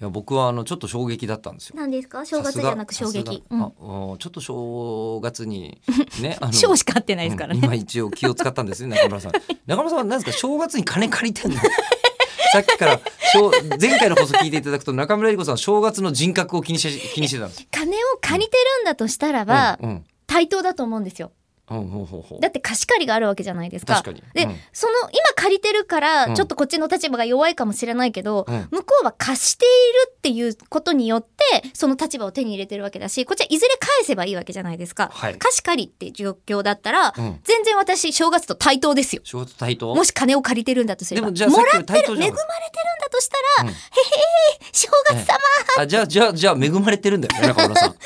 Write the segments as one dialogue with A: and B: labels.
A: や僕はあのちょっと衝撃だったんですよ。
B: 何ですか正月じゃなく衝
A: さす
B: 撃
A: が
B: うん
A: あおちょっと正月に ねあの
B: 小しか合ってないですからね、
A: うん今一応気を使ったんですね中村 さん中村さんは何ですか正月に金借りてんの さっきから正前回の放送聞いていただくと中村江里子さんは正月の人格を気にして気にしてたんです
B: 金を借りてるんだとしたらば、
A: うんうん
B: 対等だと思うんですよ
A: うんほうほうほう
B: だって貸し借りがあるわけじゃないですか
A: 確かに
B: で、
A: うん
B: その今借りてるか
A: う
B: ら
A: ん
B: ちょっとこっちの立場が弱いかもしれないけど、
A: うん
B: 向こうは貸しているっていうことによってその立場を手に入れてるわけだしこっちはいずれ返せばいいわけじゃないですか、
A: はい
B: 貸し借りっていう状況だったら、
A: うん
B: 全然私正月と対等ですよ
A: 正月対等
B: もし金を借りてるんだとすれば
A: で
B: も
A: も
B: らっ
A: じ
B: て
A: ゃあ
B: る
A: さっ
B: 恵まれ
A: き
B: て
A: の対等じゃ
B: るん
A: ん
B: だとしたら、
A: うん
B: へへへ正月様、
A: あじゃあじゃあじゃあ恵まれてるんだよね中 村さん昨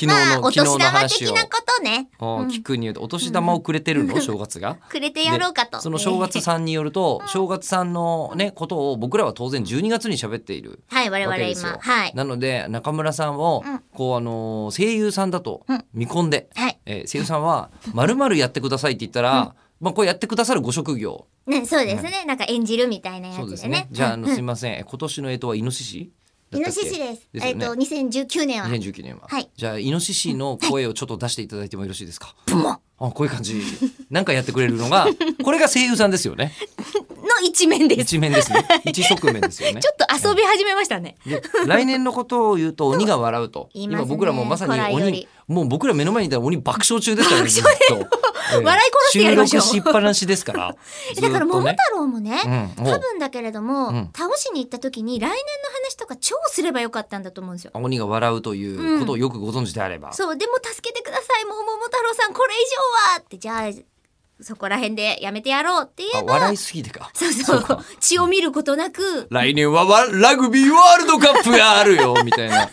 A: 日の、
B: まあお
A: 昨日の
B: 年玉
A: 話
B: 的
A: を
B: なことね、
A: あ
B: う
A: ー
B: ん
A: 聞くによるとお年玉をくれてるの、正月が
B: くれてやろうかと
A: でその正月さんによると、正月さんのねことを僕らは当然12月に喋っている
B: はい我
A: わ
B: 々
A: けです
B: 今
A: よ、
B: はい
A: なので中村さんを、
B: うん
A: こうあのー声優さんだと
B: うん
A: 見込んで、
B: はい
A: えー声優さんは「まるまるやってください」って言ったら、まあ、こうやってくださるご職業
B: ねそうですね、なんか演じるみたいなやつで
A: そう
B: ね
A: ですねじゃああの
B: うん
A: すいません、え今年の干支はイノシシだ
B: イ
A: った
B: ノ
A: っけ
B: シシです。
A: です
B: え
A: よ
B: っ、
A: ね
B: と、2019年は。
A: 2019年は、
B: はい
A: じゃあイノシシの声をちょっと出していただいてもよろしいですか、
B: ブモ
A: あこういう感じなんかやってくれるのがこれが声優さんですよね
B: の一面です。
A: 一面です ね一側面ですよね
B: ちょっと遊び始めましたね。
A: で来年のことを言うと鬼が笑うと
B: 言いますね
A: 今僕らもうまさに
B: 古来より
A: 鬼もう僕ら目の前にいたら鬼爆笑中ですからねずっと、ええ
B: 笑い殺してやりましょう
A: 収録しっぱなしですから ずっ
B: だから、
A: と
B: 桃
A: ね
B: 太、郎もね、
A: うん、も
B: 多
A: う
B: 分だけれども、
A: うん
B: 倒しに行った時に来年の話とか超すればよかったんだと思うんですよ。
A: 鬼が笑うということをよくご存知であれば、
B: そう、でも助けてください、もう桃太郎さん、これ以上はって、じゃあ、そこら辺でやめてやろうって言
A: あ
B: えば、
A: 笑いすぎてか
B: そうそ
A: そ
B: う
A: うか
B: 血を見ることなく、
A: 来年はわラグビーワールドカップがあるよみたいな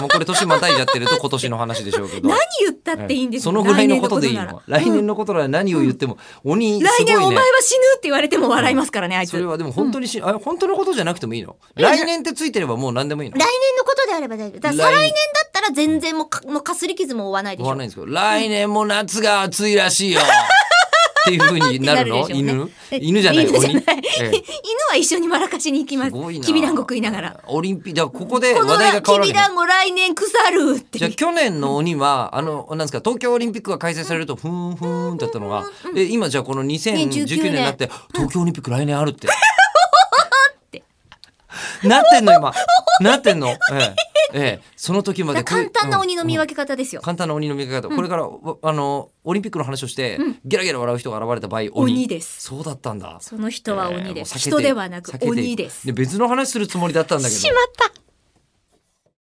A: もうこれ年またいじゃってると今年の話でしょうけど
B: 何言ったっていいんです
A: そ
B: よ
A: のぐらいのことでいい
B: 来年
A: の
B: こ
A: 来年のことなら何を言っても、鬼
B: と
A: す
B: なら来年
A: ご
B: お
A: い
B: 前
A: ね
B: は死ぬって言われても笑いますからね、あいつ。
A: それはでも本当にし、あ本当のことじゃなくてもいいの来年ってついてればもう何でもいいの
B: 来年のことであれば大丈夫。だから
A: 来
B: 再来年だったら全然もうかもうかすり傷も負わないでし
A: 思わ
B: ょ
A: な。いんですけど来年も夏が暑いらしい よっていうふうになるの
B: ってなるでしょうね
A: 犬犬じゃない
B: 犬じゃない
A: 鬼 ええ
B: 犬は一緒にマラカシに行きます
A: すごい。な
B: きびだんご食いながら。
A: オリンピックだからここで
B: こ
A: 話
B: の
A: 題が変わ
B: き
A: るわけ
B: びだんご来年腐るって
A: じゃあ去年の鬼はあのなんですか東京オリンピックが開催されるとふーんふーんだったのがえ今じゃあこの2019年になって東京オリンピック来年ある って。なってんの今なって んの、ええええ、その時まで
B: だから簡単な鬼の見
A: 分け、
B: 分け方ですよ。
A: 簡単な鬼の見分け方、これからわあのオリンピックの話をして、ゲラゲラ笑う人が現れた場合鬼
B: 鬼です
A: そうだったんだ
B: その人は鬼です。
A: ええもう避けて
B: 人ではなく
A: 避けて
B: 鬼です。
A: 別の話するつもりだったんだけど
B: しまった。